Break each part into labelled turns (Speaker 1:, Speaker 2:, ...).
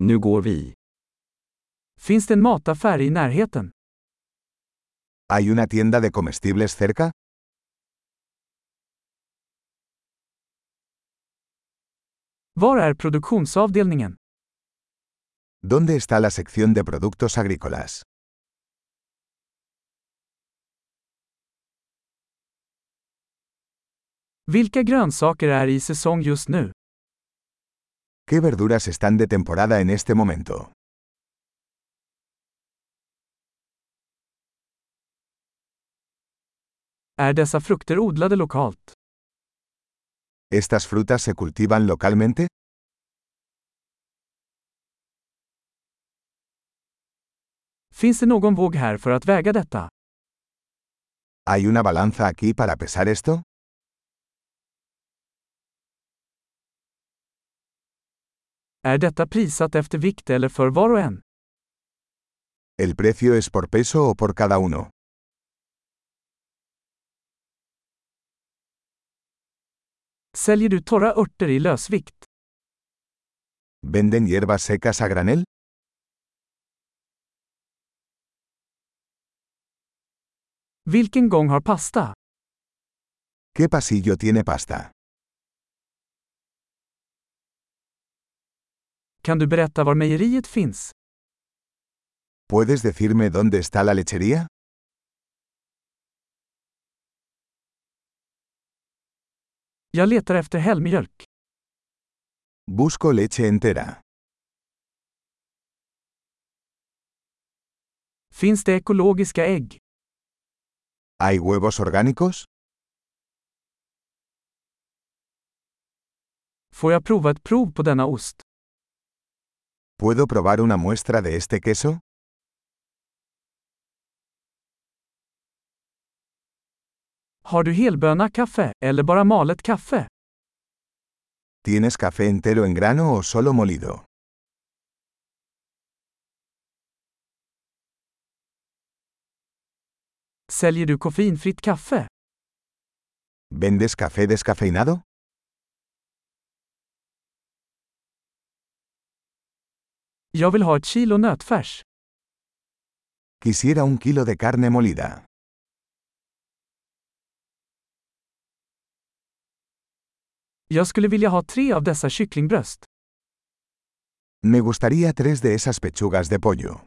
Speaker 1: Nu går vi.
Speaker 2: Finns det en mataffär i närheten?
Speaker 3: ¿Hay una tienda de comestibles cerca?
Speaker 2: Var är produktionsavdelningen?
Speaker 3: ¿Dónde está la sección de productos agrícolas?
Speaker 2: Vilka grönsaker är i säsong just nu?
Speaker 3: ¿Qué verduras están de temporada en este momento?
Speaker 2: Är dessa frukter odlade lokalt?
Speaker 3: ¿Estas frutas se cultivan localmente?
Speaker 2: Finns det någon våg här för att väga detta?
Speaker 3: ¿Hay una balanza aquí para pesar esto?
Speaker 2: Är detta prissatt efter vikt eller för var och en?
Speaker 3: ¿El precio es por peso o por cada uno?
Speaker 2: Säljer du torra örter i lösvikt?
Speaker 3: ¿Venden hierbas secas a granel?
Speaker 2: Vilken gång har pasta?
Speaker 3: ¿Qué pasillo tiene pasta?
Speaker 2: Kan du berätta var mejeriet finns?
Speaker 3: ¿Puedes decirme dónde está la lechería?
Speaker 2: Jag letar efter helmjölk.
Speaker 3: Busco leche entera.
Speaker 2: Finns det ekologiska ägg?
Speaker 3: ¿Hay huevos orgánicos?
Speaker 2: Får jag prova ett prov på denna ost?
Speaker 3: ¿Puedo probar una muestra de este queso?
Speaker 2: Har du helböna kaffe, eller bara malet kaffe?
Speaker 3: ¿Tienes café entero en grano o solo molido?
Speaker 2: Säljer du koffeinfritt kaffe?
Speaker 3: ¿Vendes café descafeinado?
Speaker 2: Jag vill ha ett kilo nötfärs.
Speaker 3: Quisiera un kilo de carne molida.
Speaker 2: Jag skulle vilja ha tre av dessa kycklingbröst.
Speaker 3: Me gustaría tres de esas pechugas de pollo.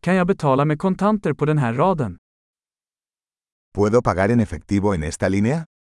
Speaker 2: Kan jag betala med kontanter på den här raden?
Speaker 3: ¿Puedo pagar en efectivo en esta línea?